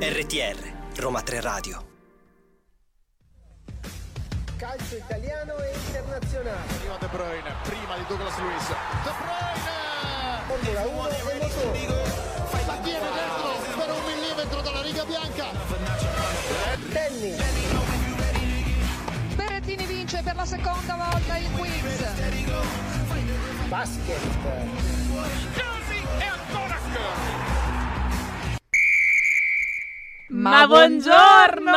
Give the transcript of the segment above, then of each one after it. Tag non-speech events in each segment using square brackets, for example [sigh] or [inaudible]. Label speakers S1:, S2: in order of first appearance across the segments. S1: RTR, Roma 3 Radio.
S2: Calcio italiano e internazionale.
S3: Arriva De Bruyne, prima di Douglas Luiz. De Bruyne!
S2: Formula 1 e motore.
S3: La tiene dentro per un millimetro dalla riga bianca.
S2: Tennis,
S4: Berrettini vince per la seconda volta il quiz.
S2: basket,
S5: Ma buongiorno!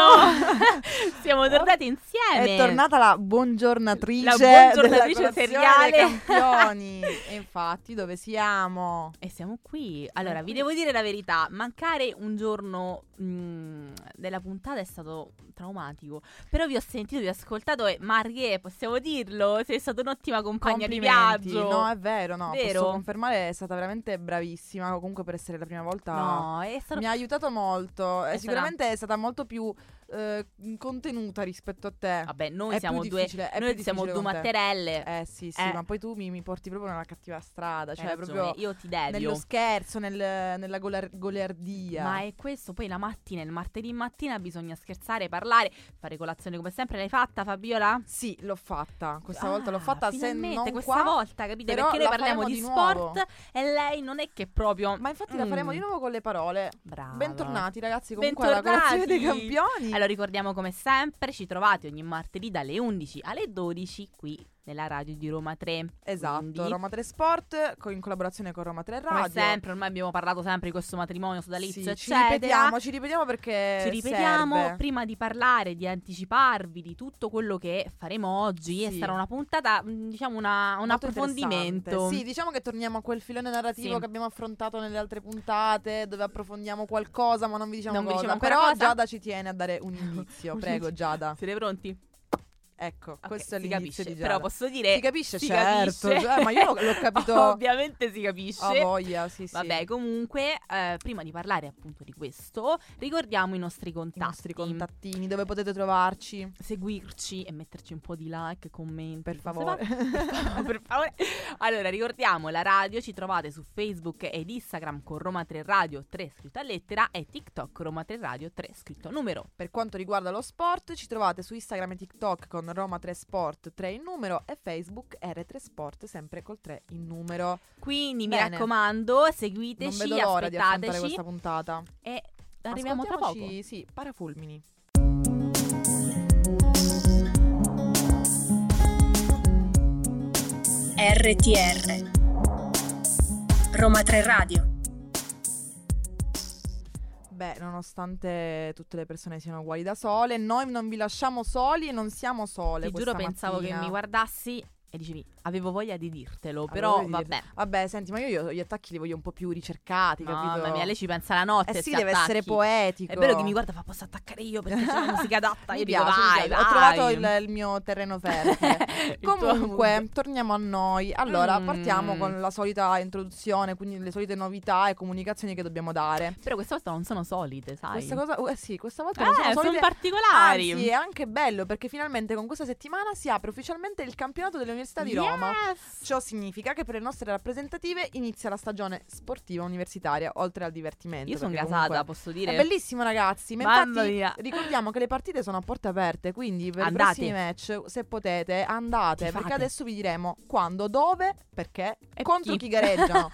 S6: [laughs]
S5: Siamo tornati insieme.
S6: È tornata la buongiornatrice,
S5: La buongiornatrice
S6: della colazione
S5: seriale. [laughs]
S6: dei campioni. e infatti, dove siamo?
S5: E siamo qui. Allora, vi devo dire la verità, mancare un giorno mh, della puntata è stato traumatico, però vi ho sentito, vi ho ascoltato e Marie, possiamo dirlo, sei stata un'ottima compagna di
S6: Complimenti.
S5: viaggio.
S6: No, è vero, no,
S5: Vero?
S6: posso confermare, è stata veramente bravissima, comunque per essere la prima volta.
S5: No, è stato
S6: Mi ha aiutato molto,
S5: sarà-
S6: e sicuramente è stata molto più eh, contenuta rispetto a te.
S5: Vabbè, noi
S6: È
S5: siamo
S6: più
S5: due
S6: difficile, è
S5: noi
S6: più
S5: siamo
S6: difficile
S5: due
S6: con te.
S5: matterelle.
S6: Eh sì, sì,
S5: Eh.
S6: ma poi tu mi, mi porti proprio nella cattiva strada,
S5: Hai
S6: cioè
S5: ragione,
S6: proprio
S5: io ti devio.
S6: nello scherzo, nel- nella golar- goliardia.
S5: Ma è questo, poi la mattina, il martedì mattina bisogna scherzare, parlare, fare colazione come sempre. L'hai fatta Fabiola?
S6: Sì, l'ho fatta. Questa
S5: Ah,
S6: volta l'ho fatta. Se
S5: finalmente,
S6: non
S5: questa
S6: qua,
S5: volta, capite?
S6: però
S5: Perché noi
S6: la
S5: parliamo di,
S6: faremo di nuovo.
S5: sport e lei non è che proprio...
S6: Ma infatti la faremo
S5: Mm.
S6: di nuovo con le parole.
S5: Brava.
S6: Bentornati, ragazzi. Comunque alla
S5: Bentornati.
S6: colazione dei campioni.
S5: Allora ricordiamo come sempre, ci trovate ogni martedì dalle 11 alle 12 qui nella radio di Roma 3.
S6: esatto,
S5: Quindi,
S6: Roma 3 Sport co- in collaborazione con Roma 3 Radio.
S5: Come sempre, ormai abbiamo parlato sempre di questo matrimonio sodalizio,
S6: Sì, ci
S5: eccetera.
S6: ripetiamo, ci ripetiamo perché
S5: Ci ripetiamo
S6: serve.
S5: prima di parlare, di anticiparvi di tutto quello che faremo oggi e
S6: Sì.
S5: sarà una puntata, mh, diciamo una- un
S6: Molto
S5: approfondimento.
S6: interessante. Sì, diciamo che torniamo a quel filone narrativo
S5: Sì.
S6: che abbiamo affrontato nelle altre puntate, dove approfondiamo qualcosa, ma non vi diciamo
S5: Non vi
S6: cosa.
S5: diciamo ancora
S6: Però
S5: cosa.
S6: Giada ci tiene a
S5: [laughs]
S6: dare un indizio.
S5: Un
S6: Prego,
S5: indizio.
S6: Giada.
S5: Siete pronti?
S6: Ecco,
S5: Ok,
S6: questo è
S5: si capisce,
S6: l'indizio di Giada.
S5: Però posso dire
S6: Si capisce,
S5: si
S6: certo.
S5: capisce.
S6: cioè,
S5: [laughs]
S6: ma io l'ho, l'ho capito
S5: Ovviamente si capisce.
S6: a voglia, sì, sì.
S5: Vabbè, comunque, eh, prima di parlare appunto di questo, ricordiamo i nostri
S6: I
S5: contatti.
S6: nostri contattini, dove potete trovarci,
S5: Seguirci e metterci un po' di like, commenti. cose
S6: per favore.
S5: No, [laughs] per favore. Allora, ricordiamo la radio, ci trovate su Facebook ed Instagram con Roma 3 Radio 3 scritto a lettera e TikTok Roma 3 Radio 3 scritto a numero.
S6: [laughs] per quanto riguarda lo sport, ci trovate su Instagram e TikTok con Roma 3 Sport 3 in numero e Facebook R3 Sport sempre col 3 in numero.
S5: Quindi mi
S6: Bene.
S5: raccomando, seguiteci,
S6: non vedo l'ora di affrontare
S5: aspettateci
S6: questa puntata.
S5: e arriviamo tra poco.
S6: Ascoltiamoci, Sì, parafulmini.
S7: RTR Roma 3 Radio
S6: Beh, nonostante tutte le persone siano uguali da sole, noi non vi lasciamo soli e non siamo sole.
S5: Ti
S6: questa
S5: giuro, pensavo che
S6: mattina.
S5: mi guardassi e dicevi, avevo voglia di dirtelo,
S6: Avevo
S5: però
S6: voglia di
S5: vabbè.
S6: Vabbè, senti, ma io- io gli attacchi li voglio un po' più ricercati, capito?
S5: Mamma mia, lei ci pensa la notte.
S6: Eh
S5: si
S6: sì, deve
S5: attacchi.
S6: essere poetico.
S5: È vero che mi guarda, fa posso attaccare io perché c'è
S6: [laughs]
S5: la musica adatta.
S6: Mi
S5: io
S6: piace,
S5: dico,
S6: mi
S5: vai,
S6: piace. Ho
S5: vai.
S6: trovato
S5: [laughs]
S6: il, [laughs] il mio terreno fertile.
S5: Il tuo
S6: Comunque,
S5: mood.
S6: torniamo a noi. Allora,
S5: Mm.
S6: partiamo con la solita introduzione, quindi le solite novità e comunicazioni che dobbiamo dare.
S5: Però questa volta non sono solite, sai.
S6: Questa cosa, eh sì, questa volta non
S5: eh, sono,
S6: sono solite.
S5: particolari.
S6: Anzi, è anche bello perché finalmente con questa settimana si apre ufficialmente il campionato dell'Università di Roma. Cioè,
S5: Yes!
S6: Ciò significa che per le nostre rappresentative inizia la stagione sportiva universitaria, oltre al divertimento.
S5: Io sono
S6: perché
S5: gasata,
S6: comunque
S5: posso
S6: È
S5: dire.
S6: bellissimo, ragazzi. Ma
S5: Mamma
S6: infatti,
S5: mia.
S6: ricordiamo che le partite sono a porte aperte. Quindi, per
S5: Andate.
S6: i prossimi match, se potete, andate.
S5: Tifate.
S6: Perché adesso vi diremo quando, dove, perché
S5: E
S6: contro
S5: [laughs]
S6: chi, gareggiano.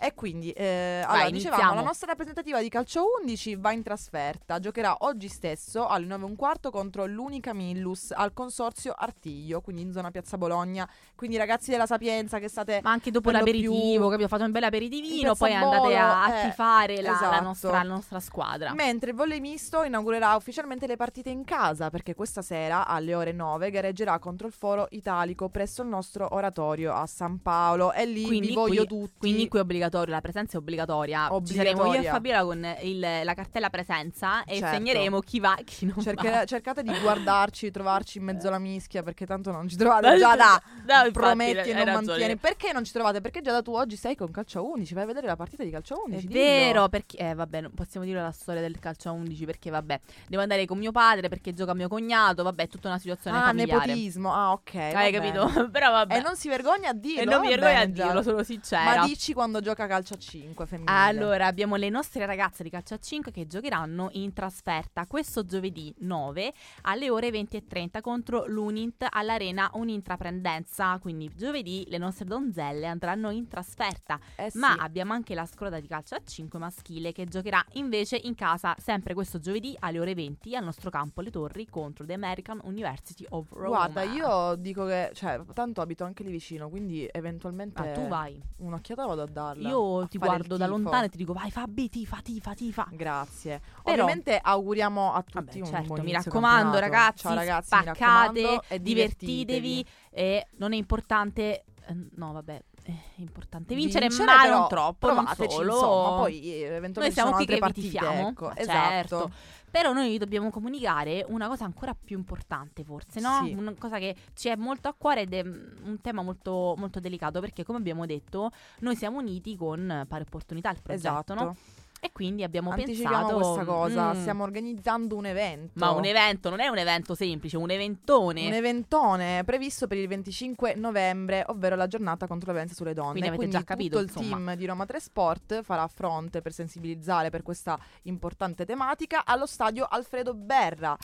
S6: e quindi, eh, allora, dicevamo,
S5: iniziamo.
S6: la nostra rappresentativa di calcio 11 va in trasferta. Giocherà oggi stesso alle 9 e un quarto contro l'Unica Millus al consorzio Artiglio, quindi in zona Piazza Bologna. Quindi, ragazzi della Sapienza che state
S5: Ma anche dopo
S6: per lo
S5: l'aperitivo,
S6: più-
S5: capito? Fate un bel aperitivino,
S6: in
S5: poi
S6: piazza
S5: andate a,
S6: Bolo,
S5: a
S6: eh,
S5: tifare la, la
S6: esatto.
S5: nostra, la nostra squadra.
S6: Mentre il volley misto inaugurerà ufficialmente le partite in casa perché questa sera alle ore 9 gareggerà contro il Foro Italico presso il nostro oratorio a San Paolo e lì vi
S5: qui,
S6: voglio tutti.
S5: quindi qui è obbligatorio, la presenza è obbligatoria. Ci saremo io e
S6: Obbligatoria.
S5: Fabiola con il- la cartella presenza e
S6: Certo. cioè,
S5: segneremo chi va e chi non [laughs]
S6: Cerche-
S5: va.
S6: cercate di guardarci, trovarci in mezzo alla mischia perché tanto non ci trovate già da
S5: No, infatti,
S6: prometti e
S5: hai
S6: non
S5: ragione.
S6: mantieni. Perché non ci trovate? Perché già da tu oggi sei con calcio a 11. Vai a vedere la partita di calcio a
S5: È
S6: 11. dillo.
S5: vero, perché eh, vabbè, non possiamo dire la storia del calcio a 11 perché vabbè, devo andare con mio padre perché gioca mio cognato, vabbè, è tutta una situazione
S6: Ah,
S5: familiare.
S6: nepotismo. Ah, ok. va
S5: Hai
S6: bene.
S5: capito? [laughs] Però vabbè.
S6: E non si vergogna a dirlo.
S5: E non mi
S6: va
S5: vergogno a
S6: bene, già.
S5: dirlo, sono sincera.
S6: esatto. Ma dici quando gioca calcio a 5 femminile.
S5: Allora, abbiamo le nostre ragazze di calcio a 5 che giocheranno in trasferta questo giovedì 9 alle ore 20.30 contro l'Unint all'Arena Unintraprendenza. Quindi giovedì le nostre donzelle andranno in trasferta.
S6: Eh sì.
S5: Ma abbiamo anche la squadra di calcio a 5 maschile che giocherà invece in casa sempre questo giovedì alle ore 20 al nostro campo Le Torri contro The American University of Rome.
S6: Guarda, io dico che, cioè, tanto abito anche lì vicino, quindi eventualmente
S5: Ah, tu vai.
S6: un'occhiata vado a darla.
S5: Io
S6: a
S5: ti
S6: fare il
S5: guardo da
S6: tifo.
S5: lontano e ti dico vai Fabi, tifa, tifa, tifa.
S6: Grazie.
S5: Però-
S6: Ovviamente auguriamo a
S5: Vabbè,
S6: tutti un
S5: certo,
S6: buon
S5: mi
S6: inizio
S5: raccomando
S6: campionato.
S5: ragazzi,
S6: Ciao ragazzi, mi
S5: spaccate,
S6: raccomando, e
S5: divertitevi e non è importante, eh, no vabbè, è importante vincere,
S6: Vincere,
S5: ma
S6: però
S5: non troppo, non
S6: provateci,
S5: solo.
S6: insomma, poi eh, eventualmente
S5: noi
S6: ci
S5: siamo
S6: sono
S5: qui che
S6: altre
S5: vi
S6: partite,
S5: tifiamo,
S6: ecco.
S5: ma
S6: esatto.
S5: certo. Però noi dobbiamo comunicare una cosa ancora più importante forse, no?
S6: Sì.
S5: Una cosa che ci è molto a cuore ed è mm, un tema molto, molto delicato perché come abbiamo detto noi siamo uniti con eh, pari opportunità il progetto,
S6: Esatto.
S5: no? E quindi abbiamo
S6: Anticipiamo
S5: pensato...
S6: questa cosa,
S5: mm,
S6: stiamo organizzando un evento.
S5: ma un evento non è un evento semplice, un eventone.
S6: Un eventone previsto per il 25 novembre, ovvero la giornata contro la violenza sulle donne.
S5: Quindi avete già capito,
S6: tutto il
S5: insomma.
S6: team di Roma 3 Sport farà fronte per sensibilizzare per questa importante tematica allo stadio Alfredo Berra.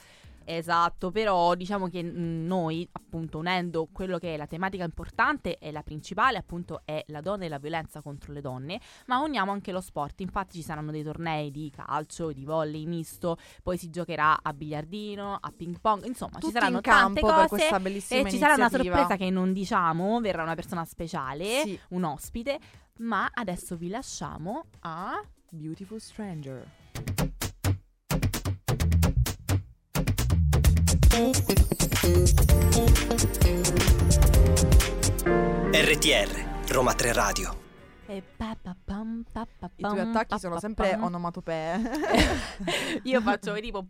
S5: Esatto, però diciamo che mh, noi, appunto, unendo quello che è la tematica importante e la principale, appunto, è la donna e la violenza contro le donne, ma uniamo anche lo sport. Infatti ci saranno dei tornei di calcio, di volley misto, poi si giocherà a biliardino, a ping pong, insomma,
S6: Tutti
S5: ci saranno
S6: in
S5: tante
S6: campo per
S5: cose
S6: questa bellissima
S5: e ci sarà una
S6: iniziativa.
S5: sorpresa che non diciamo, verrà una persona speciale,
S6: Sì.
S5: un ospite, ma adesso vi lasciamo a
S6: Beautiful Stranger.
S1: RTR Roma 3 Radio.
S5: E pa pa pam, pa pa
S6: I tuoi
S5: pam,
S6: attacchi
S5: pa
S6: sono
S5: pa
S6: sempre
S5: pam.
S6: [laughs] onomatopee.
S5: [laughs] Io faccio tipo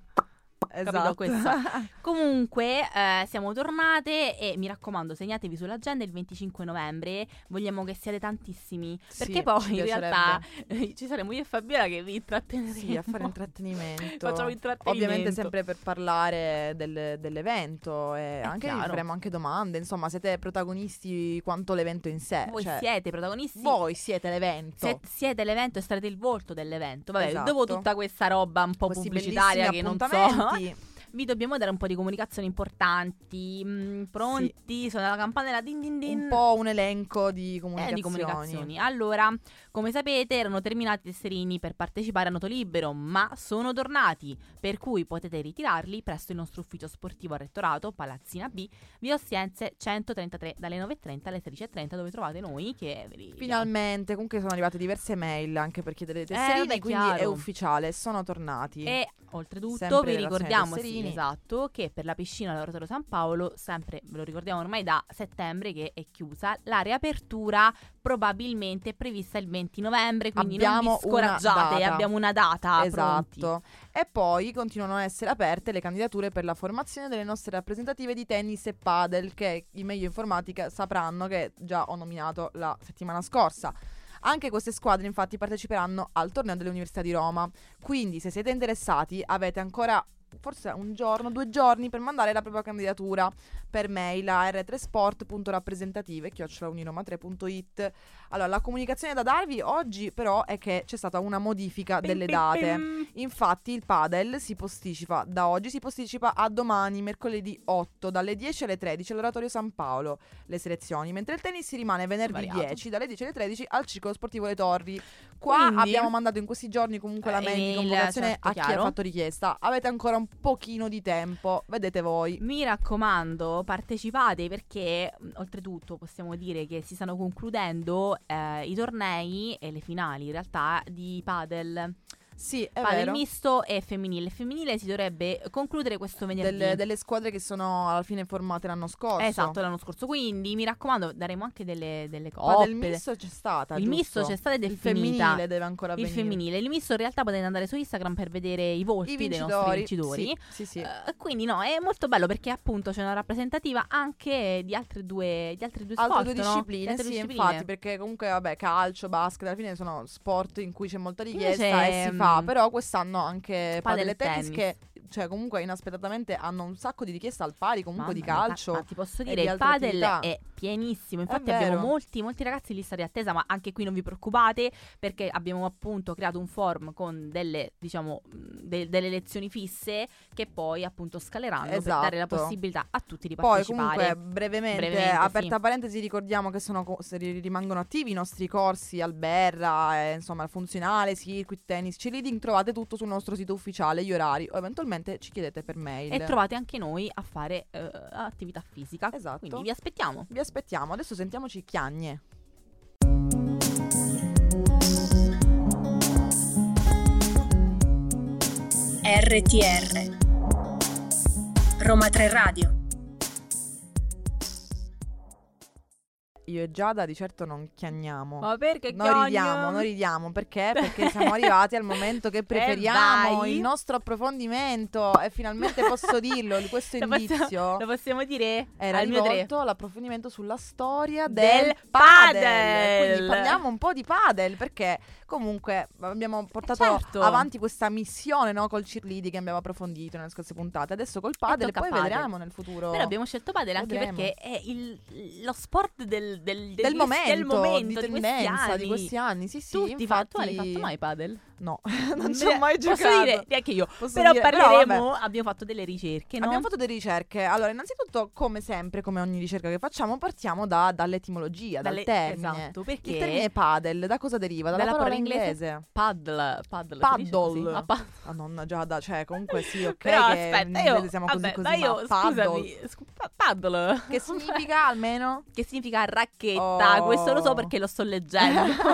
S6: esatto.
S5: questa.
S6: [laughs]
S5: Comunque, eh, siamo tornate e mi raccomando, segnatevi sull'agenda il 25 novembre. Vogliamo che siate tantissimi.
S6: Sì,
S5: Perché poi
S6: ci
S5: in
S6: piacerebbe.
S5: realtà [laughs] eh, ci saremo io e Fabiola che vi intratteneremo.
S6: Sì,
S5: [laughs]
S6: a fare intrattenimento.
S5: Facciamo intrattenimento.
S6: Ovviamente sempre per parlare del- dell'evento e anche vi
S5: chiaro.
S6: faremo anche domande, insomma, siete protagonisti quanto l'evento in sé.
S5: Voi
S6: cioè,
S5: siete protagonisti.
S6: voi siete l'evento.
S5: Se- siete l'evento e sarete il volto dell'evento. Vabbè,
S6: Esatto.
S5: dopo tutta questa roba un po'
S6: Questi
S5: pubblicitaria che
S6: bellissimi
S5: non so, [laughs]
S6: appuntamenti.
S5: vi dobbiamo dare un po' di comunicazioni importanti. Mm, pronti? Suona la campanella din din din.
S6: un po' un elenco di
S5: Eh,
S6: comunicazioni.
S5: di comunicazioni. Allora, come sapete, erano terminati i tesserini per partecipare a Noto Libero, ma sono tornati, per cui potete ritirarli presso il nostro ufficio sportivo al rettorato, Palazzina B, via Ostiense 133, dalle 9.30 alle 16.30, dove trovate noi che ve li-
S6: Finalmente, comunque sono arrivate diverse mail anche per chiedere le
S5: Eh, vabbè,
S6: tesserine, quindi è
S5: chiaro.
S6: ufficiale, sono tornati.
S5: E oltretutto
S6: Sempre
S5: vi
S6: in relazione ai
S5: ricordiamo sì,
S6: tesserini.
S5: esatto, che per la piscina all'Oratorio San Paolo, sempre ve lo ricordiamo ormai da settembre che è chiusa, la riapertura probabilmente è prevista il 20 novembre, quindi
S6: Abbiamo
S5: non vi
S6: una
S5: scoraggiate,
S6: data.
S5: abbiamo una data. pronti.
S6: Esatto. E poi continuano a essere aperte le candidature per la formazione delle nostre rappresentative di tennis e padel, che i meglio informati che sapranno che già ho nominato la settimana scorsa. Anche queste squadre infatti parteciperanno al torneo dell'Università di Roma. Quindi se siete interessati avete ancora forse un giorno, due giorni per mandare la propria candidatura per mail a r3sport.rappresentative 3it Allora, la comunicazione da darvi oggi però è che c'è stata una modifica delle date. Infatti il padel si posticipa da oggi, si posticipa a domani, mercoledì 8, dalle 10 alle 13 all'Oratorio San Paolo, le selezioni, mentre il tennis rimane venerdì
S5: Variato.
S6: 10, dalle 10 alle 13 al Circolo Sportivo Le Torri. Qua
S5: Quindi-
S6: abbiamo mandato in questi giorni comunque la
S5: Eh,
S6: mail di
S5: email,
S6: convocazione
S5: certo,
S6: a chi
S5: chiaro.
S6: ha fatto richiesta. Avete ancora un pochino di tempo, vedete voi.
S5: Mi raccomando, partecipate perché mh, oltretutto possiamo dire che si stanno concludendo eh, i tornei e le finali in realtà di padel.
S6: Sì, è
S5: Padel
S6: vero.
S5: misto e femminile. Femminile si dovrebbe concludere questo venerdì.
S6: Delle, delle squadre che sono alla fine formate l'anno scorso.
S5: Esatto, l'anno scorso. Quindi mi raccomando, daremo anche delle, delle
S6: Ma
S5: coppe.
S6: del misto c'è stata.
S5: Il misto
S6: giusto?
S5: c'è stato ed è
S6: Il
S5: finita.
S6: femminile deve ancora
S5: Il
S6: venire.
S5: femminile. Il misto in realtà potete andare su Instagram per vedere i volti
S6: I
S5: dei nostri
S6: vincitori.
S5: vincitori.
S6: Sì, sì. sì.
S5: Eh, quindi no, è molto bello perché appunto c'è una rappresentativa anche di altre due, di altri due
S6: Altre
S5: sport,
S6: due
S5: no?
S6: discipline,
S5: Di altre
S6: sì,
S5: discipline.
S6: infatti, perché comunque, vabbè, calcio, basket, alla fine sono sport in cui c'è molta richiesta
S5: Invece,
S6: e si
S5: mm,
S6: fa. Però quest'anno
S5: padel
S6: anche padel e tennis,
S5: tennis.
S6: che, cioè, comunque inaspettatamente hanno un sacco di richieste al pari comunque di
S5: Mamma mia,
S6: calcio.
S5: ma- ma ti posso
S6: e
S5: dire,
S6: di
S5: il
S6: altre
S5: padel
S6: attività.
S5: è pienissimo. Infatti,
S6: È
S5: abbiamo
S6: vero.
S5: molti, molti ragazzi in lista di attesa. Ma anche qui non vi preoccupate, perché abbiamo appunto creato un form con delle, diciamo, mh, de- delle lezioni fisse che poi appunto scaleranno
S6: Esatto.
S5: per dare la possibilità a tutti di
S6: Poi
S5: partecipare.
S6: comunque brevemente,
S5: Brevemente,
S6: aperta
S5: sì.
S6: parentesi, ricordiamo che sono, co- se ri- rimangono attivi i nostri corsi Alberra, eh, insomma funzionale, circuit, tennis, cheerleading, trovate tutto sul nostro sito ufficiale, gli orari o eventualmente ci chiedete per mail.
S5: e trovate anche noi a fare eh, attività fisica.
S6: Esatto.
S5: Quindi vi aspettiamo.
S6: Vi aspettiamo, adesso sentiamoci Chiagne.
S7: RTR Roma 3 Radio
S6: Io e Giada di certo non chiagniamo.
S5: Ma perché
S6: Noi ridiamo, noi
S5: [laughs]
S6: ridiamo perché? Perché siamo arrivati al momento che preferiamo
S5: Eh, vai.
S6: il nostro approfondimento e finalmente posso dirlo,
S5: [laughs]
S6: questo
S5: Lo possiamo-
S6: indizio.
S5: Lo possiamo dire?
S6: Era
S5: al mio tre.
S6: rivolto all'approfondimento sulla storia
S5: Del
S6: del,
S5: padel.
S6: padel. Quindi parliamo un po' di padel perché comunque abbiamo portato
S5: certo.
S6: avanti questa missione no, col cheerleading che abbiamo approfondito nelle scorse puntate. Adesso col padel e
S5: tocca
S6: poi
S5: padel.
S6: vedremo nel futuro.
S5: Però abbiamo scelto padel anche
S6: Vedremo.
S5: perché è il- lo sport del, del,
S6: del
S5: degli-
S6: momento,
S5: del momento,
S6: di
S5: di questi
S6: tendenza
S5: anni.
S6: di questi anni. Sì, sì,
S5: tu, ti fa-
S6: infatti
S5: tu hai fatto mai padel?
S6: No, [laughs] non ci
S5: Beh,
S6: ho mai
S5: posso
S6: giocato.
S5: dire, neanche io.
S6: Posso
S5: Però
S6: dire-
S5: parleremo,
S6: vabbè.
S5: abbiamo fatto delle ricerche, no?
S6: Abbiamo fatto delle ricerche. Allora, innanzitutto, come sempre, come ogni ricerca che facciamo, partiamo da- dall'etimologia,
S5: Dalle-
S6: dal termine.
S5: Esatto, perché
S6: Il termine padel da cosa deriva? Dalla,
S5: Dalla
S6: parola,
S5: parola inglese?
S6: inglese.
S5: paddle, paddle, si dice
S6: Paddle.
S5: così? Ah, pa-
S6: Madonna Giada, cioè comunque sì, ok
S5: [laughs] Però
S6: che in
S5: aspetta,
S6: inglese
S5: io,
S6: siamo
S5: vabbè,
S6: così
S5: ma
S6: così, ma,
S5: io,
S6: paddle,
S5: scusami, scu- pa- paddle. [laughs]
S6: che significa almeno?
S5: che significa racchetta,
S6: Oh.
S5: questo lo so perché lo sto
S6: [laughs]
S5: leggendo.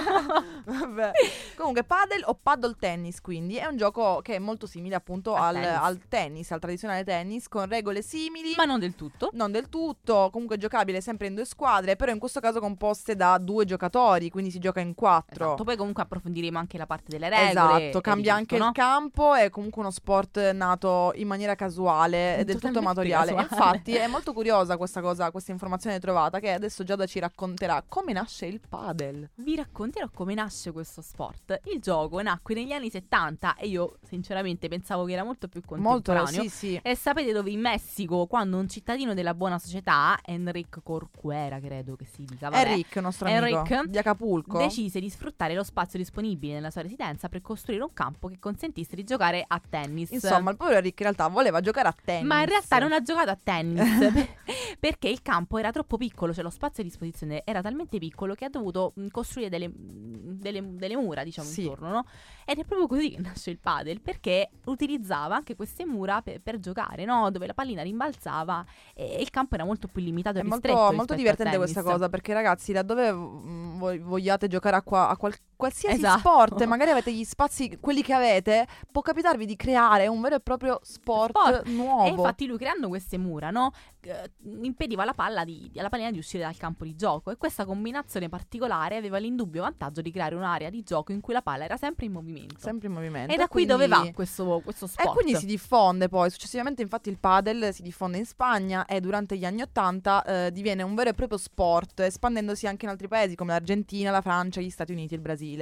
S6: Vabbè. Comunque paddle o paddle tennis, quindi è un gioco che è molto simile appunto
S5: Al
S6: al,
S5: tennis.
S6: al tennis, al tradizionale tennis con regole simili.
S5: ma non del tutto.
S6: non del tutto, comunque giocabile sempre in due squadre, però in questo caso composte da due giocatori, quindi si gioca in quattro.
S5: Esatto, poi comunque approfondiremo anche la parte delle regole. e di
S6: esatto, cambia
S5: tutto,
S6: anche
S5: no?
S6: il campo, è comunque uno sport nato in maniera casuale e del tutto
S5: Totalmente
S6: amatoriale.
S5: casuale.
S6: Infatti è molto curiosa questa cosa, questa informazione trovata che adesso Giada ci racconterà come nasce il padel.
S5: Vi racconterò come nasce questo sport. Il gioco nacque negli anni 70 e io sinceramente pensavo che era molto più contemporaneo.
S6: Molto eh, sì, sì.
S5: E sapete dove? In Messico, quando un cittadino della buona società, Enric Corcuera, credo che si dica, vabbè,
S6: Enric, nostro amico
S5: Enric
S6: di Acapulco.
S5: decise di sfruttare lo spazio disponibile nella sua residenza per costruire un campo che consentisse di giocare a tennis.
S6: Insomma, il povero Enric in realtà voleva giocare a tennis.
S5: Ma in realtà non ha giocato a tennis [laughs] per- perché il campo era troppo piccolo, cioè lo spazio a disposizione era talmente piccolo che ha dovuto mh, costruire delle, mh, delle- delle mura, diciamo,
S6: Sì.
S5: intorno, no? Ed è proprio così che [laughs] nasce il padel, perché utilizzava anche queste mura per, per giocare, no? Dove la pallina rimbalzava e il campo era molto più limitato e
S6: È molto,
S5: ristretto rispetto
S6: molto
S5: al
S6: divertente
S5: tennis.
S6: questa cosa perché ragazzi laddove mm, voi- vogliate giocare a, qua- a qual- qualsiasi
S5: Esatto.
S6: sport magari avete gli spazi quelli che avete può capitarvi di creare un vero e proprio sport,
S5: Sport.
S6: nuovo
S5: E infatti lui creando queste mura, no? eh, impediva alla, palla di, alla pallina di uscire dal campo di gioco e questa combinazione particolare aveva l'indubbio vantaggio di creare un'area di gioco in cui la palla era sempre in movimento.
S6: sempre in movimento
S5: e da qui
S6: quindi-
S5: dove va questo, questo sport?
S6: e quindi si diffonde poi, successivamente infatti il padel si diffonde in Spagna e durante gli anni 80 eh, diviene un vero e proprio sport, espandendosi anche in altri paesi come l'Argentina, la Francia, gli Stati Uniti e il Brasile.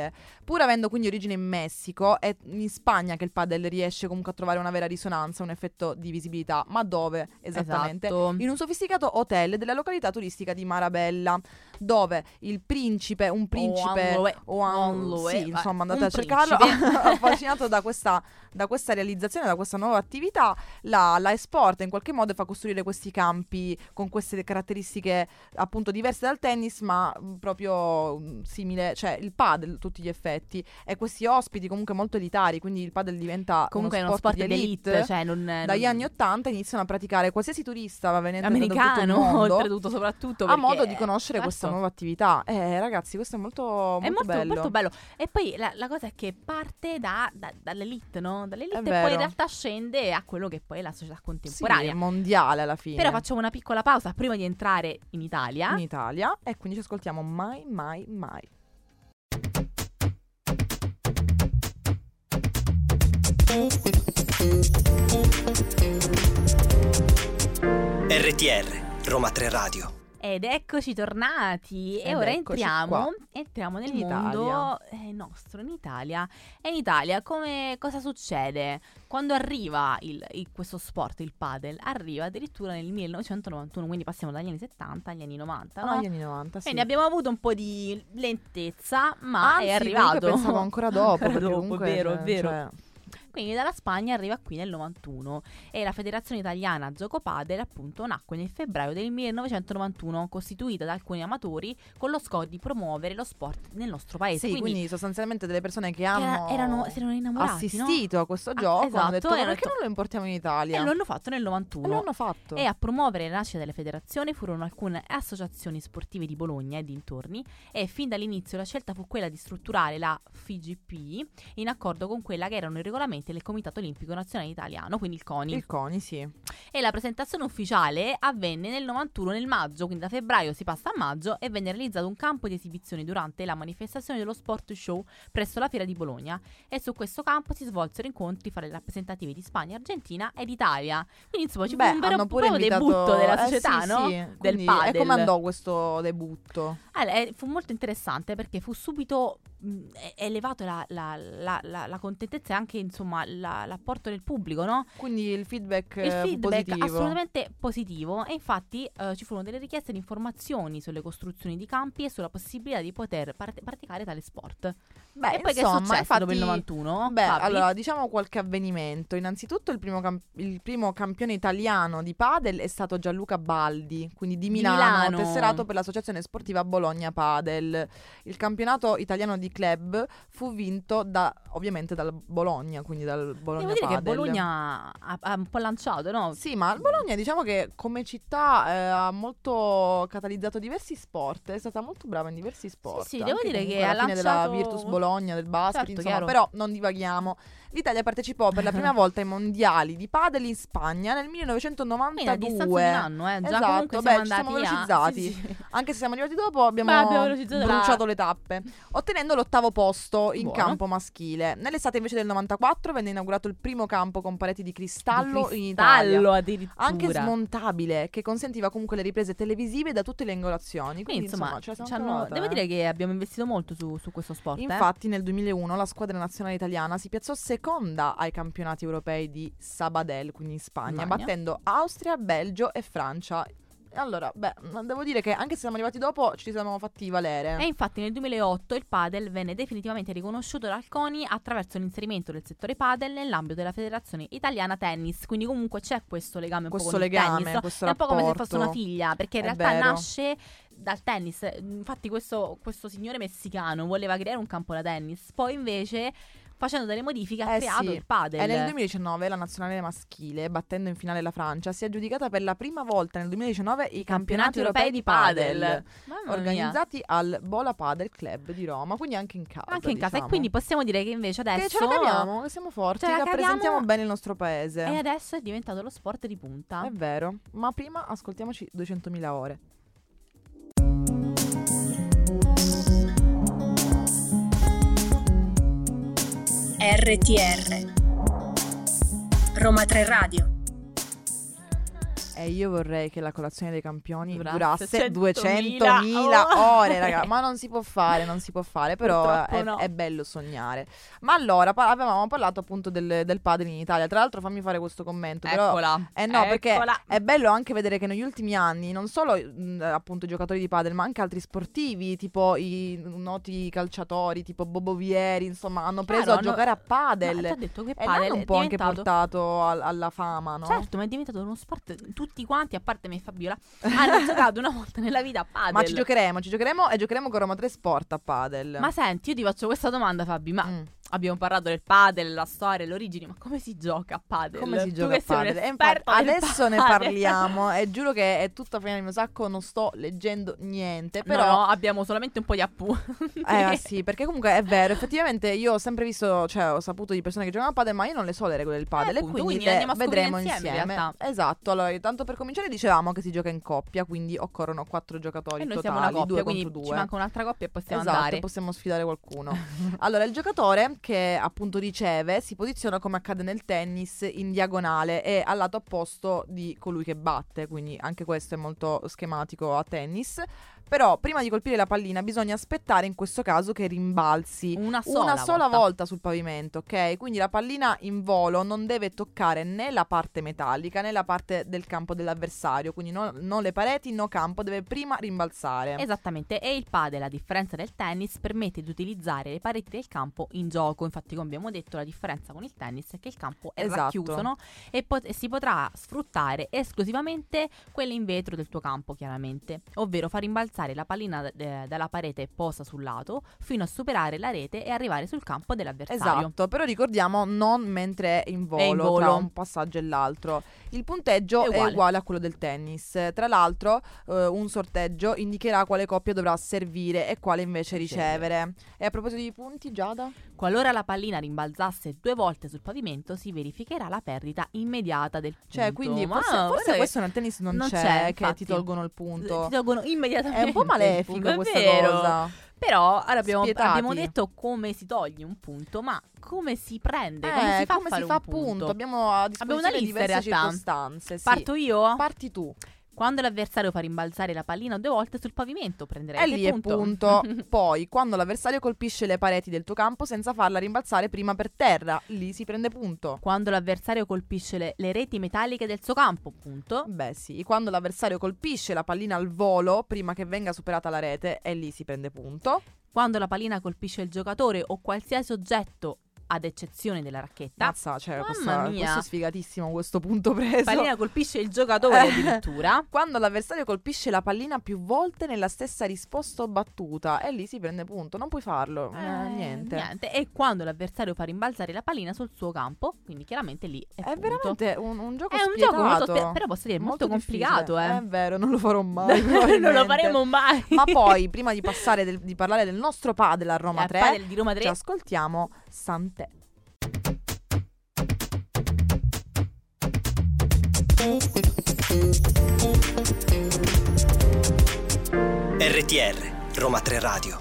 S6: Pur avendo quindi origine in Messico, è in Spagna che il padel riesce comunque a trovare una vera risonanza, un effetto di visibilità, ma dove esattamente?
S5: Esatto.
S6: in un sofisticato hotel della località turistica di Marabella, dove il principe, un principe
S5: Oanlue.
S6: Oanlue,
S5: Oanlue,
S6: sì,
S5: va-
S6: insomma, andate
S5: eh, un
S6: a cercarlo, [laughs]
S5: principe.
S6: affascinato da questa, da questa realizzazione, da questa nuova attività, la, la esporta in qualche modo e fa costruire questi campi con queste caratteristiche appunto diverse dal tennis, ma mh, proprio mh, simile, cioè il padel a tutti gli effetti e questi ospiti comunque molto elitari, quindi il padel diventa
S5: comunque è uno sport di elite, cioè non,
S6: dagli
S5: non-
S6: anni 80 iniziano a praticare qualsiasi turista va venendo da tutto il
S5: [laughs] americano,
S6: mondo,
S5: oltretutto soprattutto
S6: ha
S5: perché-
S6: modo di conoscere
S5: certo.
S6: questo nuova attività. Eh, ragazzi, questo è molto, molto
S5: È molto,
S6: bello.
S5: molto bello. E poi la, la cosa è che parte da- da- dall'elite, no? Dall'elite
S6: È
S5: e poi in
S6: vero.
S5: realtà scende a quello che poi è la società
S6: Sì,
S5: contemporanea.
S6: mondiale alla fine.
S5: Però facciamo una piccola pausa prima di entrare in Italia.
S6: in Italia e quindi ci ascoltiamo mai mai mai.
S1: RTR Roma 3 Radio.
S5: Ed eccoci tornati. E
S6: Ed
S5: ora
S6: eccoci
S5: entriamo,
S6: qua.
S5: entriamo nel
S6: In
S5: mondo eh, nostro, in Italia. E in Italia come, cosa succede? Quando arriva il- il- questo sport, il padel, arriva addirittura nel 1991, quindi passiamo dagli anni 70 agli anni 90, no?
S6: Agli anni 90, sì.
S5: Quindi abbiamo avuto un po' di lentezza, ma
S6: Anzi,
S5: è
S6: comunque
S5: arrivato.
S6: pensavo ancora dopo,
S5: [laughs] Ancora
S6: perché
S5: dopo,
S6: comunque,
S5: vero,
S6: cioè,
S5: vero.
S6: cioè-
S5: Quindi dalla Spagna arriva qui nel 91 e la Federazione Italiana Gioco Padel appunto nacque nel febbraio del 1991, costituita da alcuni amatori con lo scopo di promuovere lo sport nel nostro paese.
S6: Sì, quindi, sostanzialmente delle persone che hanno
S5: era- erano, si erano innamorati, no?
S6: assistito a questo
S5: Ah,
S6: gioco
S5: esatto,
S6: hanno detto "Ma
S5: erano
S6: perché
S5: detto-
S6: non lo importiamo in Italia?
S5: E lo hanno fatto nel
S6: E
S5: 91.
S6: l'hanno fatto.
S5: E a promuovere la nascita della federazione furono alcune associazioni sportive di Bologna e dintorni e fin dall'inizio la scelta fu quella di strutturare la FIGP in accordo con quella che erano i regolamenti del Comitato Olimpico Nazionale Italiano, quindi il CONI.
S6: Il CONI, sì.
S5: E la presentazione ufficiale avvenne nel 91 nel maggio, quindi da febbraio si passa a maggio e venne realizzato un campo di esibizioni durante la manifestazione dello sport show presso la Fiera di Bologna e su questo campo si svolsero incontri fra le rappresentative di Spagna, Argentina ed Italia. Quindi insomma ci
S6: Beh,
S5: fu un vero
S6: hanno pure
S5: proprio
S6: invitato
S5: debutto della
S6: eh,
S5: società,
S6: sì,
S5: no?
S6: sì.
S5: Del
S6: Quindi, E
S5: padel.
S6: come andò questo debutto?
S5: Allora, eh, fu molto interessante perché fu subito mh, e- elevato la, la- la- la- la contentezza e anche insomma la- l'apporto del pubblico, no?
S6: Quindi il feedback,
S5: il
S6: eh,
S5: feedback
S6: positivo.
S5: assolutamente positivo e infatti eh, ci furono delle richieste di informazioni sulle costruzioni di campi e sulla possibilità di poter parte- praticare tale sport.
S6: Beh,
S5: e poi che
S6: insomma,
S5: è successo dopo il
S6: infatti-
S5: 91?
S6: Beh,
S5: Fabi?
S6: allora diciamo qualche avvenimento. Innanzitutto il primo, cam- il primo campione italiano di padel è stato Gianluca Baldi, quindi di
S5: Di
S6: Milano,
S5: Milano.
S6: tesserato per l'associazione sportiva Bologna Padel. Il campionato italiano di club fu vinto da, ovviamente dal Bologna, quindi dal Bologna
S5: Devo dire che
S6: Padel.
S5: Bologna ha, ha un po' lanciato, no?
S6: Sì, ma il Bologna diciamo che come città eh, ha molto catalizzato diversi sport, è stata molto brava in diversi sport.
S5: sì, devo
S6: anche
S5: dire
S6: comunque
S5: che
S6: alla
S5: ha
S6: fine
S5: lanciato-
S6: della Virtus Bologna, del basket,
S5: Certo,
S6: insomma,
S5: chiaro.
S6: però non divaghiamo. L'Italia partecipò per la
S5: [laughs]
S6: prima volta ai mondiali di padel in Spagna nel
S5: Quindi a distanza di un
S6: 1992.
S5: anno, eh, già
S6: Esatto,
S5: comunque siamo
S6: beh,
S5: andati
S6: ci siamo
S5: a...
S6: velocizzati. Anche se siamo arrivati dopo, abbiamo,
S5: Beh, abbiamo velocizzato la-
S6: bruciato le tappe, ottenendo l'ottavo posto in
S5: Buono.
S6: campo maschile. Nell'estate invece del 94 venne inaugurato il primo campo con pareti di cristallo, in Italia.
S5: Tallo addirittura.
S6: Anche smontabile, che consentiva comunque le riprese televisive da tutte le angolazioni.
S5: Quindi, insomma,
S6: ce la siamo
S5: ci hanno-
S6: cavata,
S5: devo
S6: eh.
S5: dire che abbiamo investito molto su, su questo sport. eh.
S6: Infatti, nel 2001 la squadra nazionale italiana si piazzò seconda ai campionati europei di Sabadell, quindi in Spagna,
S5: Magna.
S6: battendo Austria, Belgio e Francia. Allora, beh, devo dire che anche se siamo arrivati dopo, ci siamo fatti valere.
S5: E infatti nel 2008 il padel venne definitivamente riconosciuto dal CONI attraverso l'inserimento del settore padel nell'ambito della Federazione Italiana Tennis. Quindi comunque c'è questo legame un po'
S6: questo
S5: con il
S6: legame,
S5: tennis. no?
S6: questo
S5: È un po' come se fosse
S6: rapporto.
S5: una figlia, perché in
S6: È
S5: realtà
S6: vero.
S5: nasce dal tennis. Infatti questo, questo signore messicano voleva creare un campo da tennis, poi invece facendo delle modifiche ha
S6: Eh
S5: creato
S6: sì.
S5: il padel.
S6: E nel 2019 la nazionale maschile, battendo in finale la Francia, si è aggiudicata per la prima volta nel 2019 i campionati europei di padel,
S5: Mamma mia.
S6: organizzati al Bola Padel Club di Roma, quindi anche in casa.
S5: Anche in casa.
S6: diciamo.
S5: E quindi possiamo dire che invece adesso...
S6: che ce la caviamo, che siamo
S5: Ce
S6: forti,
S5: la
S6: che
S5: caviamo
S6: rappresentiamo bene il nostro paese.
S5: E adesso è diventato lo sport di punta.
S6: È vero, ma prima ascoltiamoci 200.000 ore.
S7: RTR Roma 3 Radio
S6: E io vorrei che la colazione dei campioni
S5: Durasse
S6: durasse
S5: 100.000
S6: 200.000
S5: ore.
S6: ore, raga. Ma non si può fare, non si può fare, però
S5: Purtroppo
S6: è,
S5: no.
S6: è bello sognare. Ma allora, pa- avevamo parlato appunto del, del padel in Italia. Tra l'altro fammi fare questo commento,
S5: Ecco
S6: però...
S5: Eccola.
S6: Eh no, perché
S5: Eccola.
S6: è bello anche vedere che negli ultimi anni non solo mh, appunto i giocatori di padel, ma anche altri sportivi, tipo i noti calciatori, tipo Bobovieri, insomma, hanno preso
S5: Chiaro,
S6: a
S5: hanno-
S6: giocare a
S5: Ma
S6: padel.
S5: ti ho Eh, detto che
S6: E
S5: padel
S6: l'hanno
S5: è
S6: un po' anche
S5: diventato-
S6: portato al- alla fama, no?
S5: Certo, ma è diventato uno sport. Tutti quanti, a parte me e Fabiola,
S6: [laughs]
S5: hanno giocato una volta nella vita a padel.
S6: Ma ci giocheremo, ci giocheremo e giocheremo con Roma 3 Sport a padel.
S5: Ma senti, io ti faccio questa domanda, Fabi. Ma
S6: Mm.
S5: Abbiamo parlato del padel, la storia, le origini, ma come si gioca a padel?
S6: Come si
S5: Tu
S6: gioca a
S5: che sei un
S6: padel? E infatti
S5: esperto del
S6: adesso ne
S5: padel.
S6: [laughs] parliamo e giuro che è tutta piena di mio sacco, non sto leggendo
S5: [laughs]
S6: niente,
S5: Però
S6: però
S5: abbiamo solamente un po' di appunti.
S6: Eh ma sì, perché comunque è vero, effettivamente io ho sempre visto, cioè ho saputo di persone che giocano a padel, ma io non le so le regole del padel
S5: Eh,
S6: e
S5: appunto,
S6: quindi,
S5: quindi
S6: le
S5: andiamo a scoprire
S6: vedremo
S5: insieme, in realtà.
S6: Esatto, allora tanto per cominciare dicevamo che si gioca in coppia, quindi occorrono quattro
S5: [laughs]
S6: giocatori
S5: E noi
S6: totali,
S5: siamo una
S6: due
S5: coppia, quindi
S6: contro due.
S5: ci manca un'altra coppia e possiamo
S6: esatto,
S5: andare.
S6: possiamo sfidare
S5: [laughs]
S6: qualcuno. allora, il giocatore che appunto riceve si posiziona come accade nel tennis in diagonale e al lato opposto di colui che batte, quindi anche questo è molto schematico a tennis. Però prima di colpire la pallina bisogna aspettare in questo caso che rimbalzi
S5: Una sola,
S6: una sola volta.
S5: volta.
S6: sul pavimento, ok? Quindi la pallina in volo non deve toccare né la parte metallica né la parte del campo dell'avversario, quindi no- non le pareti, no campo, deve prima rimbalzare.
S5: Esattamente, e il padel, a differenza del tennis, permette di utilizzare le pareti del campo in gioco. Infatti, come abbiamo detto, la differenza con il tennis è che il campo è
S6: Esatto.
S5: racchiuso no? e, pot- e si potrà sfruttare esclusivamente quelle in vetro del tuo campo, chiaramente. Ovvero far rimbalzare la pallina eh, dalla parete posa sul lato fino a superare la rete e arrivare sul campo dell'avversario.
S6: Esatto, però ricordiamo non mentre è in volo,
S5: È in volo.
S6: tra un passaggio e l'altro. Il punteggio è
S5: È
S6: uguale,
S5: uguale.
S6: a quello del tennis. Tra l'altro, eh, un sorteggio indicherà quale coppia dovrà servire e quale invece ricevere. E a proposito di punti, Giada?
S5: Qualora la pallina rimbalzasse due volte sul pavimento, si verificherà la perdita immediata del punto.
S6: Cioè, quindi
S5: Ma
S6: forse, forse
S5: guarda che-
S6: questo nel tennis non,
S5: non
S6: c'è,
S5: c'è,
S6: che ti
S5: infatti.
S6: tolgono il
S5: Ti
S6: punto.
S5: tolgono
S6: È
S5: immediatamente.
S6: un po'
S5: il
S6: malefico
S5: punto, è
S6: questa
S5: vero. Eh,
S6: cosa.
S5: Però allora abbiamo,
S6: Spietati.
S5: abbiamo detto come si toglie un punto, ma come si prende? come
S6: Eh,
S5: si fa a
S6: come
S5: fare
S6: si fa
S5: un
S6: punto? Abbiamo a disposizione
S5: Abbiamo una lista, in
S6: diverse
S5: realtà.
S6: circostanze. sì.
S5: Parto io?
S6: Parti tu.
S5: Quando l'avversario fa rimbalzare la pallina due volte sul pavimento, prenderei
S6: E Eh, lì
S5: il
S6: è punto.
S5: [laughs]
S6: Poi, quando l'avversario colpisce le pareti del tuo campo senza farla rimbalzare prima per terra, lì si prende punto.
S5: Quando l'avversario colpisce le, le reti metalliche del suo campo, punto.
S6: Beh sì, quando l'avversario colpisce la pallina al volo prima che venga superata la rete, e lì si prende punto.
S5: Quando la pallina colpisce il giocatore o qualsiasi oggetto, ad eccezione della racchetta,
S6: Mazza, cioè,
S5: Mamma
S6: questa-
S5: mia.
S6: questo è sfigatissimo questo punto preso.
S5: la
S6: [laughs]
S5: pallina colpisce il giocatore
S6: Eh. [laughs]
S5: addirittura.
S6: Quando l'avversario colpisce la pallina più volte nella stessa risposta o battuta, e lì si prende punto. Non puoi farlo, eh,
S5: Eh,
S6: niente.
S5: E quando l'avversario fa rimbalzare la pallina sul suo campo, quindi chiaramente lì è,
S6: È
S5: punto.
S6: veramente un, un gioco
S5: È un
S6: spietato.
S5: gioco molto spe- però posso dire molto,
S6: difficile.
S5: complicato, eh.
S6: È vero, non lo farò
S5: [laughs]
S6: mai.
S5: non lo
S6: probabilmente.
S5: faremo mai.
S6: Ma poi, prima di passare del- di parlare del nostro padel a Roma
S5: Al
S6: 3,
S5: padel di Roma 3.
S6: ci ascoltiamo Sant'E.
S1: RTR Roma 3 Radio.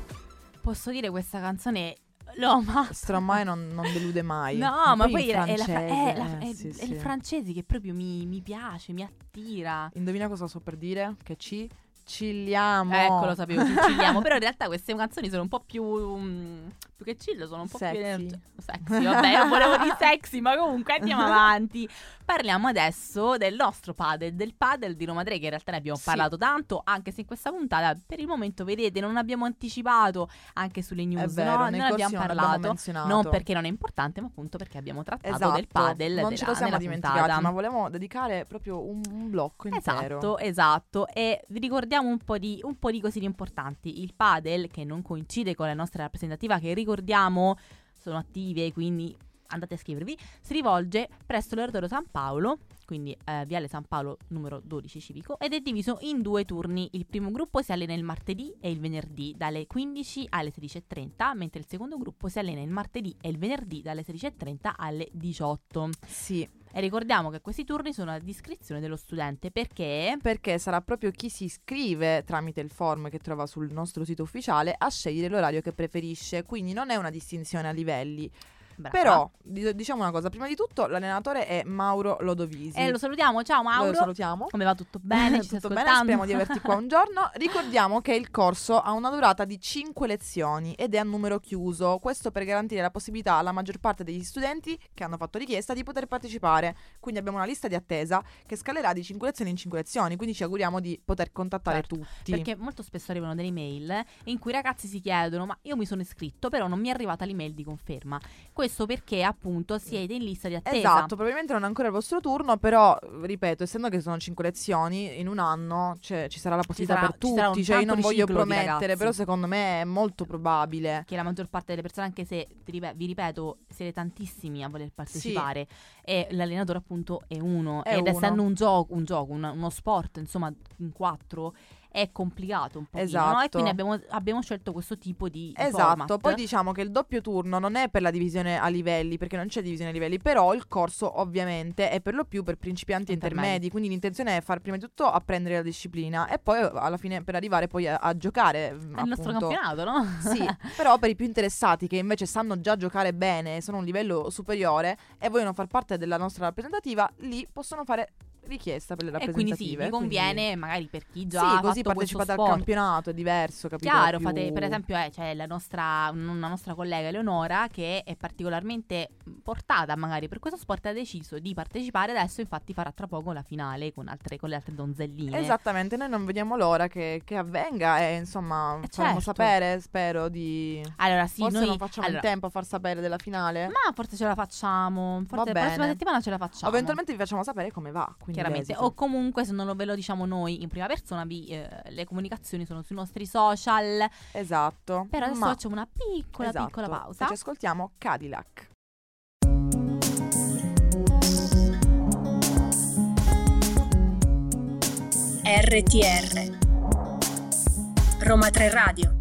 S5: Posso dire questa canzone l'ho amata.
S6: Questo ormai non, non delude mai.
S5: No, ma
S6: in
S5: poi è, è la fra-
S6: francese,
S5: è la-
S6: eh,
S5: è-
S6: sì,
S5: è
S6: sì.
S5: il francese che proprio mi, mi piace, mi attira.
S6: Indovina cosa so per dire? Che ci cilliamo.
S5: Ecco, lo sapevo, ci cilliamo. Però in realtà queste canzoni sono un po' più. mm, più che chill, sono un po'
S6: Sexy.
S5: più. energe- Sexy, vabbè, io volevo dire sexy, ma comunque
S6: [laughs]
S5: andiamo avanti. Parliamo adesso del nostro padel, del padel di Roma 3, che in realtà ne abbiamo
S6: Sì.
S5: parlato tanto, anche se in questa puntata per il momento, vedete, non abbiamo anticipato anche sulle
S6: [laughs] È
S5: news,
S6: vero,
S5: no?
S6: nei
S5: Non
S6: corsi
S5: abbiamo
S6: non l'abbiamo
S5: parlato.
S6: menzionato.
S5: Non perché non è importante, ma appunto perché abbiamo trattato
S6: Esatto,
S5: del padel.
S6: non
S5: della-
S6: ce lo siamo
S5: nella
S6: dimenticati,
S5: puntata.
S6: ma volevamo dedicare proprio un, un blocco intero.
S5: Esatto, esatto. E vi ricordiamo un po' di, un po' di cose importanti. Il padel, che non coincide con la nostra rappresentativa, che ricordiamo sono attive, quindi andate a iscrivervi, si rivolge presso l'oratorio San Paolo, quindi eh, Viale San Paolo numero 12 civico, ed è diviso in due turni. Il primo gruppo si allena il martedì e il venerdì dalle 15 alle 16.30, mentre il secondo gruppo si allena il martedì e il venerdì dalle 16.30 alle 18.
S6: Sì,
S5: E ricordiamo che questi turni sono a discrezione dello studente perché
S6: perché sarà proprio chi si iscrive tramite il form che trova sul nostro sito ufficiale a scegliere l'orario che preferisce, quindi non è una distinzione a livelli.
S5: Brava.
S6: Però di- diciamo una cosa, prima di tutto l'allenatore è Mauro Lodovisi.
S5: e Eh, lo salutiamo, ciao Mauro.
S6: Lo salutiamo.
S5: Come va tutto bene?
S6: [laughs]
S5: Ci stai
S6: Tutto bene,
S5: ascoltando?
S6: speriamo di averti qua un giorno. Ricordiamo che il corso ha una durata di 5 lezioni ed è a numero chiuso. Questo per garantire la possibilità alla maggior parte degli studenti che hanno fatto richiesta di poter partecipare. Quindi abbiamo una lista di attesa che scalerà di 5 lezioni in 5 lezioni. Quindi ci auguriamo di poter contattare
S5: Certo,
S6: tutti.
S5: Perché molto spesso arrivano delle email in cui i ragazzi si chiedono: Ma io mi sono iscritto, però non mi è arrivata l'email di conferma. Questo perché appunto siete in lista di attesa.
S6: Esatto, probabilmente non è ancora il vostro turno, però ripeto, essendo che sono cinque lezioni, in un anno cioè, ci sarà la possibilità
S5: sarà-
S6: per
S5: ci sarà un
S6: tutti, cioè io
S5: tanto di
S6: non voglio
S5: ciclo di
S6: promettere,
S5: ragazzi.
S6: però secondo me è molto probabile.
S5: Che la maggior parte delle persone, anche se ti ripe- vi ripeto, siete tantissimi a voler partecipare, e l'allenatore appunto è uno.
S6: È
S5: ed
S6: uno.
S5: essendo un gioco, un gioco un- uno sport, insomma, in quattro, è complicato un po'. E
S6: Esatto.
S5: quindi abbiamo, abbiamo scelto questo tipo di
S6: Esatto,
S5: format.
S6: poi diciamo che il doppio turno non è per la divisione a livelli, perché non c'è divisione a livelli, però il corso ovviamente è per lo più per principianti e
S5: Intermedi.
S6: intermedi, quindi l'intenzione è far prima di tutto apprendere la disciplina e poi eh, alla fine per arrivare poi a, a giocare. mm,
S5: È il nostro
S6: appunto.
S5: campionato, no? [laughs]
S6: Sì, però per i più interessati che invece sanno già giocare bene, sono a un livello superiore e vogliono far parte della nostra rappresentativa, lì possono fare richiesta per le
S5: E quindi
S6: rappresentative.
S5: sì, vi conviene magari per chi
S6: quindi-
S5: già ha
S6: sì, così
S5: fatto questo
S6: partecipate al
S5: sport.
S6: campionato, è diverso, capito?
S5: Chiaro,
S6: Più-
S5: fate, per esempio, eh, c'è la nostra, una nostra collega Eleonora che è particolarmente portata magari per questo sport e ha deciso di partecipare adesso, infatti farà tra poco la finale con, altre, con le altre donzelline.
S6: Esattamente, noi non vediamo l'ora che, che avvenga e insomma
S5: Eh, certo.
S6: faremo sapere, spero, di...
S5: Allora sì,
S6: Forse
S5: noi
S6: non facciamo
S5: allora,
S6: in tempo a far sapere della finale.
S5: Ma forse ce la facciamo,
S6: Va
S5: forse la prossima
S6: bene.
S5: settimana ce la facciamo.
S6: Eventualmente vi facciamo sapere come va. quindi
S5: Chiaramente,
S6: l'esito.
S5: o comunque se non lo ve lo diciamo noi in prima persona, vi, eh, le comunicazioni sono sui nostri social.
S6: Esatto.
S5: Però adesso
S6: Ma-
S5: facciamo una piccola,
S6: esatto.
S5: piccola pausa.
S6: E Ci ascoltiamo Cadillac.
S7: RTR Roma 3 Radio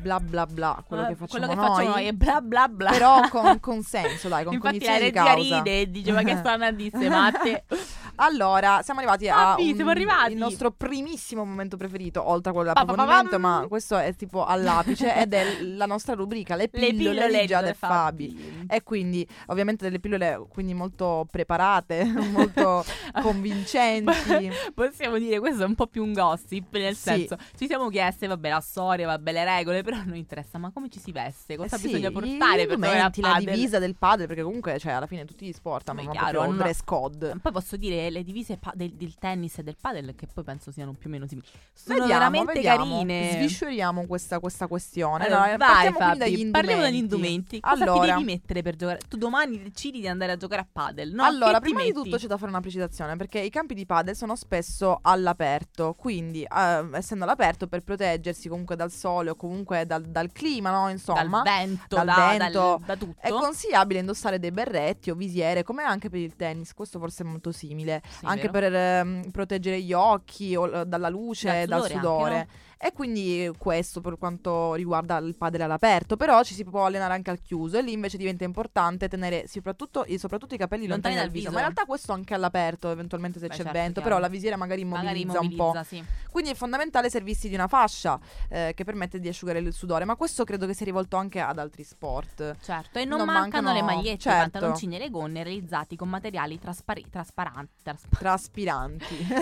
S6: bla bla bla, quello
S5: Eh,
S6: che facciamo
S5: quello che
S6: noi,
S5: facciamo noi è bla bla bla.
S6: però con consenso, dai, con
S5: Infatti la
S6: cognizione di
S5: regia
S6: causa.
S5: ride e dice ma che strana a disse, ma a te...
S6: [laughs] Allora, siamo arrivati
S5: Papi,
S6: a un-
S5: eh, siamo arrivati.
S6: il nostro primissimo momento preferito, oltre a quello
S5: Pa, pa, pa,
S6: dell'approfondimento,
S5: pam.
S6: ma questo è tipo all'apice ed è la nostra rubrica, le
S5: Le
S6: pillole,
S5: pillole
S6: di Giada e Fabi. Eh,
S5: Fabi.
S6: E quindi, ovviamente, delle pillole quindi molto preparate, [laughs]
S5: [laughs]
S6: molto convincenti.
S5: Possiamo dire questo è un po' più un gossip, nel
S6: Sì.
S5: senso ci siamo chieste, vabbè la storia, vabbè le regole, però non interessa, ma come ci si veste? Cosa
S6: Eh sì,
S5: bisogna
S6: gli
S5: portare per tornare a
S6: indumenti, la
S5: padel?
S6: divisa del padre, perché comunque, cioè, alla fine tutti gli sport hanno
S5: Ma è
S6: un
S5: chiaro,
S6: proprio
S5: hanno-
S6: dress code.
S5: Poi posso dire le divise pa- del, del tennis e del padel che poi penso siano più o meno simili. Sono
S6: Vediamo,
S5: veramente
S6: vediamo.
S5: carine.
S6: Svisceriamo questa, questa questione.
S5: Allora,
S6: Allora,
S5: Eh, vai
S6: partiamo quindi
S5: Fabi,
S6: dagli
S5: parliamo dagli
S6: indumenti.
S5: indumenti. Cosa ti
S6: Allora,
S5: devi mettere per giocare? Tu domani decidi di andare a giocare a padel, no? Che
S6: allora
S5: ti
S6: prima di
S5: metti?
S6: tutto c'è da fare una precisazione perché i campi di padel sono spesso all'aperto, quindi eh, essendo all'aperto per proteggersi comunque dal sole o comunque dal, dal clima, no?
S5: dal
S6: Insomma,
S5: vento,
S6: dal
S5: da,
S6: vento, Ecco,
S5: dal- da tutto.
S6: è consigliabile indossare dei berretti o visiere, come anche per il tennis, questo forse è molto simile.
S5: Sì,
S6: anche
S5: vero.
S6: per ehm, proteggere gli occhi o- dalla luce,
S5: Dal
S6: dal
S5: sudore anche,
S6: sudore. E quindi questo per quanto riguarda il padel all'aperto, però ci si può allenare anche al chiuso e lì invece diventa importante tenere soprattutto, i- soprattutto i capelli
S5: Lontani
S6: lontani,
S5: dal
S6: dal viso.
S5: viso.
S6: ma in realtà questo anche all'aperto, eventualmente se
S5: Beh,
S6: c'è
S5: certo,
S6: vento,
S5: chiaro.
S6: però la visiera magari
S5: magari
S6: immobilizza un po'.
S5: mobilizza, sì.
S6: Quindi è fondamentale servirsi di una fascia eh, che permette di asciugare il sudore, ma questo credo che sia rivolto anche ad altri sport.
S5: Certo, e non,
S6: Non
S5: mancano, le
S6: mancano-
S5: magliette,
S6: certo.
S5: i pantaloncini e le gonne realizzati con materiali traspari- trasparanti. traspa-
S6: traspiranti [laughs]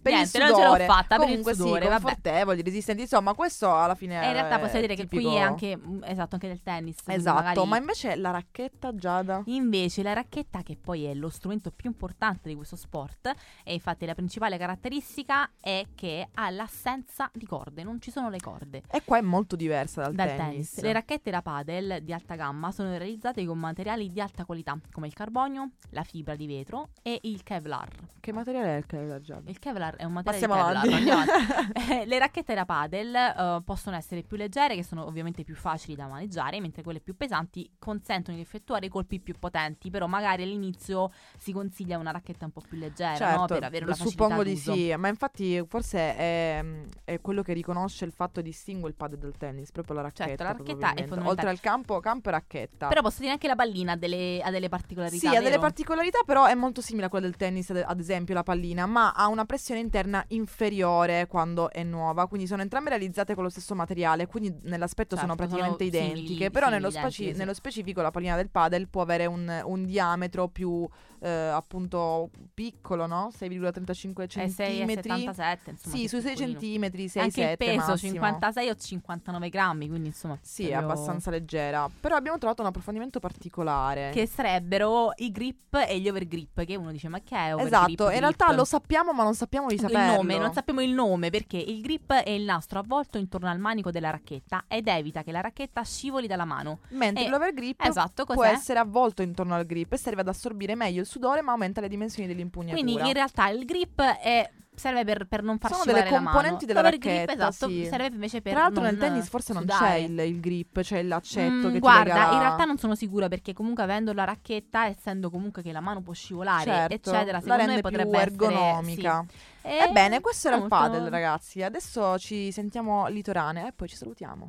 S6: per il
S5: Niente, non ce l'ho
S6: sudore
S5: fatta, per il
S6: comunque
S5: sudore,
S6: sì
S5: vabbè.
S6: confortevoli resistenti insomma questo alla fine
S5: e Eh, in realtà
S6: è
S5: possiamo dire che qui è
S6: Eh, tipico-
S5: anche, mm, esatto, anche del tennis. quindi
S6: esatto
S5: magari-
S6: ma invece la racchetta Giada
S5: Invece la racchetta, che poi è lo strumento più importante di questo sport, e infatti la principale caratteristica è che ha l'assenza di corde, non ci sono le corde.
S6: e qua è molto diversa dal,
S5: Dal tennis. Le racchette da padel di alta gamma sono realizzate con materiali di alta qualità, come il carbonio, la fibra di vetro e il Kevlar.
S6: che materiale è il Kevlar Giada
S5: Il Kevlar è un materiale
S6: Passiamo
S5: di
S6: avanti.
S5: Kevlar,
S6: [laughs]
S5: andiamo avanti. Eh, Le racchette da padel eh, possono essere più leggere, che sono ovviamente più facili da maneggiare, mentre quelle più pesanti consentono di effettuare colpi più potenti, però magari all'inizio si consiglia una racchetta un po' più leggera, no? per avere una facilità
S6: Certo, suppongo di
S5: d'uso.
S6: sì, ma infatti forse è, mm, è quello che riconosce il fatto e distingue il padel dal tennis, proprio la racchetta.
S5: Certo, la racchetta è
S6: probabilmente.
S5: fondamentale.
S6: Oltre al campo, campo e racchetta.
S5: Però posso dire anche la pallina ha delle, ha delle particolarità.
S6: Sì, ha delle
S5: vero?
S6: particolarità, però è molto simile a quella del tennis, ad- ad esempio la pallina, ma ha una pressione interna inferiore quando è nuova, quindi sono entrambe realizzate con lo stesso materiale, quindi nell'aspetto sono
S5: Certo,
S6: praticamente
S5: sono simili-
S6: identiche, però
S5: simili,
S6: nello, speci-
S5: identiche, sì.
S6: nello specifico la pallina del padel può avere un, un diametro più eh, appunto piccolo, no? 6,35
S5: Eh, sei e
S6: centimetri.
S5: 77, insomma.
S6: Sì,
S5: che
S6: sui 6
S5: piccolino.
S6: centimetri, 6-7
S5: Anche il peso,
S6: massimo.
S5: 56 o 59 grammi, quindi insomma...
S6: Sì, è
S5: proprio-
S6: abbastanza leggera, però abbiamo trovato un approfondimento particolare.
S5: Che sarebbero i grip e gli overgrip, che uno dice ma che è overgrip?
S6: Esatto, in realtà
S5: grip?"
S6: lo sappiamo ma non sappiamo di
S5: il
S6: saperlo.
S5: nome, non sappiamo il nome perché il grip e il nastro avvolto intorno al manico della racchetta ed evita che la racchetta scivoli dalla mano.
S6: Mentre
S5: Eh,
S6: l'overgrip
S5: Esatto,
S6: può
S5: cos'è?
S6: essere avvolto intorno al grip e serve ad assorbire meglio il sudore ma aumenta le dimensioni dell'impugnatura.
S5: Quindi in realtà il grip è- serve per, per non far
S6: Sono
S5: scivolare
S6: delle
S5: la mano.
S6: componenti della
S5: L'overgrip,
S6: racchetta,
S5: esatto,
S6: sì.
S5: serve invece per
S6: Tra l'altro
S5: non
S6: nel tennis forse non
S5: sudare.
S6: c'è il, il grip, c'è l'accetto
S5: Mm,
S6: che
S5: guarda,
S6: ti lega la-
S5: in realtà non sono sicura perché comunque avendo la racchetta, essendo comunque che la mano può scivolare,
S6: certo,
S5: eccetera,
S6: la
S5: secondo
S6: rende
S5: me potrebbe
S6: più
S5: essere
S6: ergonomica.
S5: Sì. E-
S6: Ebbene, questo era
S5: molto-
S6: il padel, ragazzi. Adesso ci sentiamo litorane e poi ci salutiamo.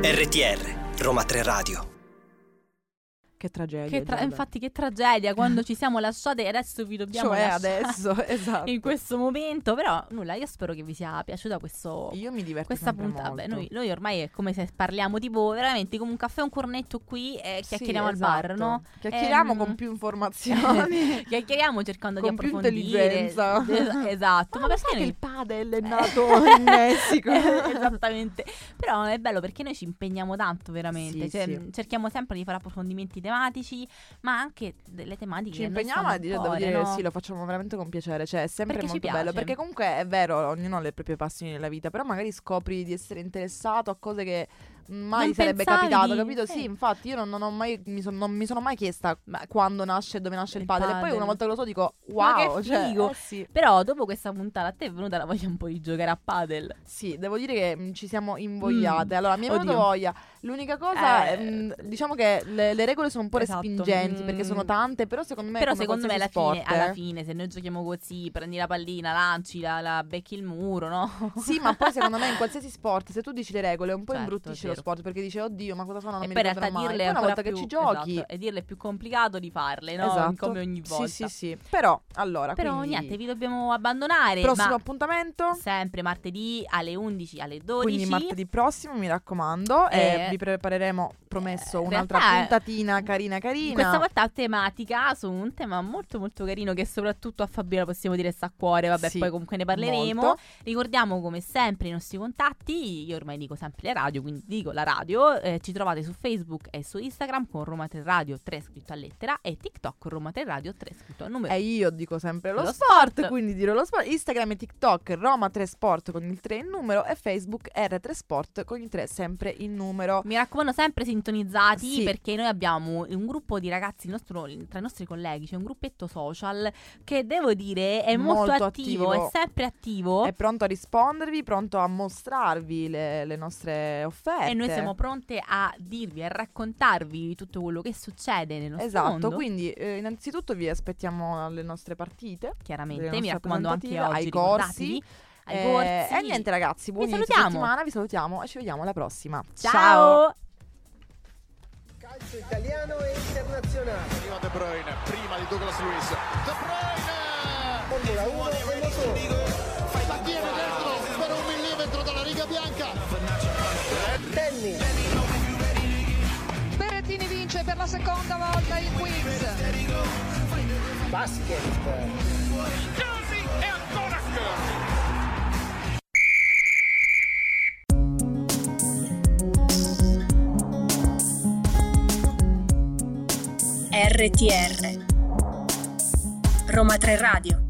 S1: RTR Roma 3 Radio.
S6: Che tragedia.
S5: Che tra-
S6: Giada.
S5: infatti, che tragedia quando ci siamo lasciate e adesso vi dobbiamo
S6: Cioè
S5: lasciare
S6: adesso, [laughs]
S5: [laughs]
S6: esatto.
S5: in questo momento. Però nulla, io spero che vi sia piaciuta questo.
S6: Io mi diverto
S5: Questa
S6: sempre
S5: puntata,
S6: molto.
S5: Beh, noi, noi ormai è come se parliamo tipo veramente come un caffè, un cornetto qui e chiacchieriamo
S6: Sì,
S5: al bar,
S6: esatto.
S5: no?
S6: Chiacchieriamo
S5: Ehm,
S6: con
S5: [laughs]
S6: più informazioni.
S5: Chiacchieriamo cercando
S6: Con
S5: di
S6: più
S5: approfondire.
S6: intelligenza. Ah,
S5: Es- esatto,
S6: Ma [laughs]
S5: ma, Eh. perché
S6: lo sai che
S5: noi
S6: il padel è nato in
S5: [laughs]
S6: Messico?
S5: esatto. Esattamente. Però è bello perché noi ci impegniamo tanto veramente.
S6: Sì,
S5: Cioè,
S6: sì.
S5: mh, Cerchiamo sempre di fare approfondimenti tematici, ma anche delle tematiche.
S6: Ci
S5: che a noi
S6: impegniamo
S5: stanno
S6: e
S5: a
S6: devo
S5: cuore,
S6: dire
S5: no?
S6: sì, lo facciamo veramente con piacere, cioè è sempre
S5: Perché ci
S6: molto
S5: piace.
S6: bello, perché comunque è vero, ognuno ha le proprie passioni nella vita, però magari scopri di essere interessato a cose che mai
S5: Non
S6: ti sarebbe
S5: pensavi,
S6: capitato, capito?
S5: sì.
S6: Sì, infatti io non, non ho mai, mi, son- non mi sono mai chiesta ma quando nasce e dove nasce il,
S5: Il
S6: padel, e poi
S5: padel.
S6: una volta che lo so dico
S5: Ma che
S6: wow, cioè,
S5: figo!
S6: eh sì.
S5: Però dopo questa puntata a te è venuta la voglia un po' di giocare a padel.
S6: Sì, devo dire che mm, ci siamo invogliate. Allora, mi è venuta
S5: Mm. Oddio.
S6: voglia. L'unica cosa,
S5: Eh,
S6: mm, diciamo che le, le regole sono un po'
S5: esatto,
S6: respingenti perché sono
S5: mm.
S6: tante, però secondo me...
S5: Però
S6: come
S5: secondo me alla
S6: qualsiasi
S5: fine,
S6: sport,
S5: alla
S6: eh.
S5: fine, se noi giochiamo così, prendi la pallina, lanci, la, la becchi il muro, no?
S6: [laughs] Sì, ma poi
S5: [laughs]
S6: secondo me in qualsiasi sport, se tu dici le regole, un po'
S5: Certo,
S6: imbruttisce
S5: è
S6: lo
S5: vero.
S6: sport perché dici, oddio, ma cosa sono? Non
S5: e
S6: mi
S5: poi in realtà
S6: ricorderò mai.
S5: dirle è
S6: Poi una
S5: ancora
S6: volta che
S5: più-
S6: ci giochi,
S5: esatto, e dirle è più complicato di farle, no?
S6: esatto.
S5: Come ogni volta.
S6: Sì, sì, sì. Però, allora,
S5: Però
S6: quindi,
S5: niente, vi dobbiamo abbandonare.
S6: prossimo
S5: ma-
S6: appuntamento.
S5: sempre martedì alle 11, alle 12.
S6: Quindi martedì prossimo, mi raccomando, e
S5: Eh,
S6: vi prepareremo, promesso,
S5: eh, in
S6: un'altra
S5: realtà,
S6: puntatina carina carina.
S5: Questa volta a tematica su un tema molto molto carino che soprattutto a Fabiola possiamo dire sta a cuore, vabbè
S6: Sì,
S5: poi comunque ne parleremo.
S6: molto.
S5: Ricordiamo come sempre i nostri contatti, io ormai dico sempre la radio, quindi dico la radio, eh, ci trovate su Facebook e su Instagram con Roma 3 Radio 3 scritto a lettera e TikTok con Roma 3 Radio 3 scritto a numero.
S6: E io dico sempre lo,
S5: Lo
S6: sport,
S5: sport.
S6: quindi dirò lo sport. Instagram e TikTok Roma 3 Sport con il 3 in numero e Facebook R3 Sport con il 3 sempre in numero.
S5: Mi raccomando, sempre sintonizzati
S6: Sì.
S5: perché noi abbiamo un gruppo di ragazzi il nostro- tra i nostri colleghi, c'è un gruppetto social che devo dire è molto,
S6: Molto
S5: attivo,
S6: attivo.
S5: è sempre attivo.
S6: È pronto a rispondervi, pronto a mostrarvi le, le nostre offerte.
S5: E noi siamo pronte a dirvi, a raccontarvi tutto quello che succede nel nostro
S6: Esatto,
S5: mondo.
S6: quindi eh, innanzitutto vi aspettiamo alle nostre partite. delle
S5: Chiaramente,
S6: nostre
S5: mi raccomando anche oggi
S6: presentative, ai
S5: ricordatevi,
S6: corsi.
S5: ai
S6: eh,
S5: corsi.
S6: E niente ragazzi, buon inizio
S5: salutiamo.
S6: settimana, vi salutiamo e ci vediamo alla prossima.
S5: Ciao!
S2: Calcio italiano e internazionale.
S3: Prima De Bruyne, prima di Douglas Luiz. De Bruyne!
S2: Formula 1 e motore.
S3: La tiene dentro per un millimetro dalla riga bianca.
S2: Tennis.
S4: Berrettini vince per la seconda volta il quiz.
S2: Basket.
S7: RTR Roma 3 Radio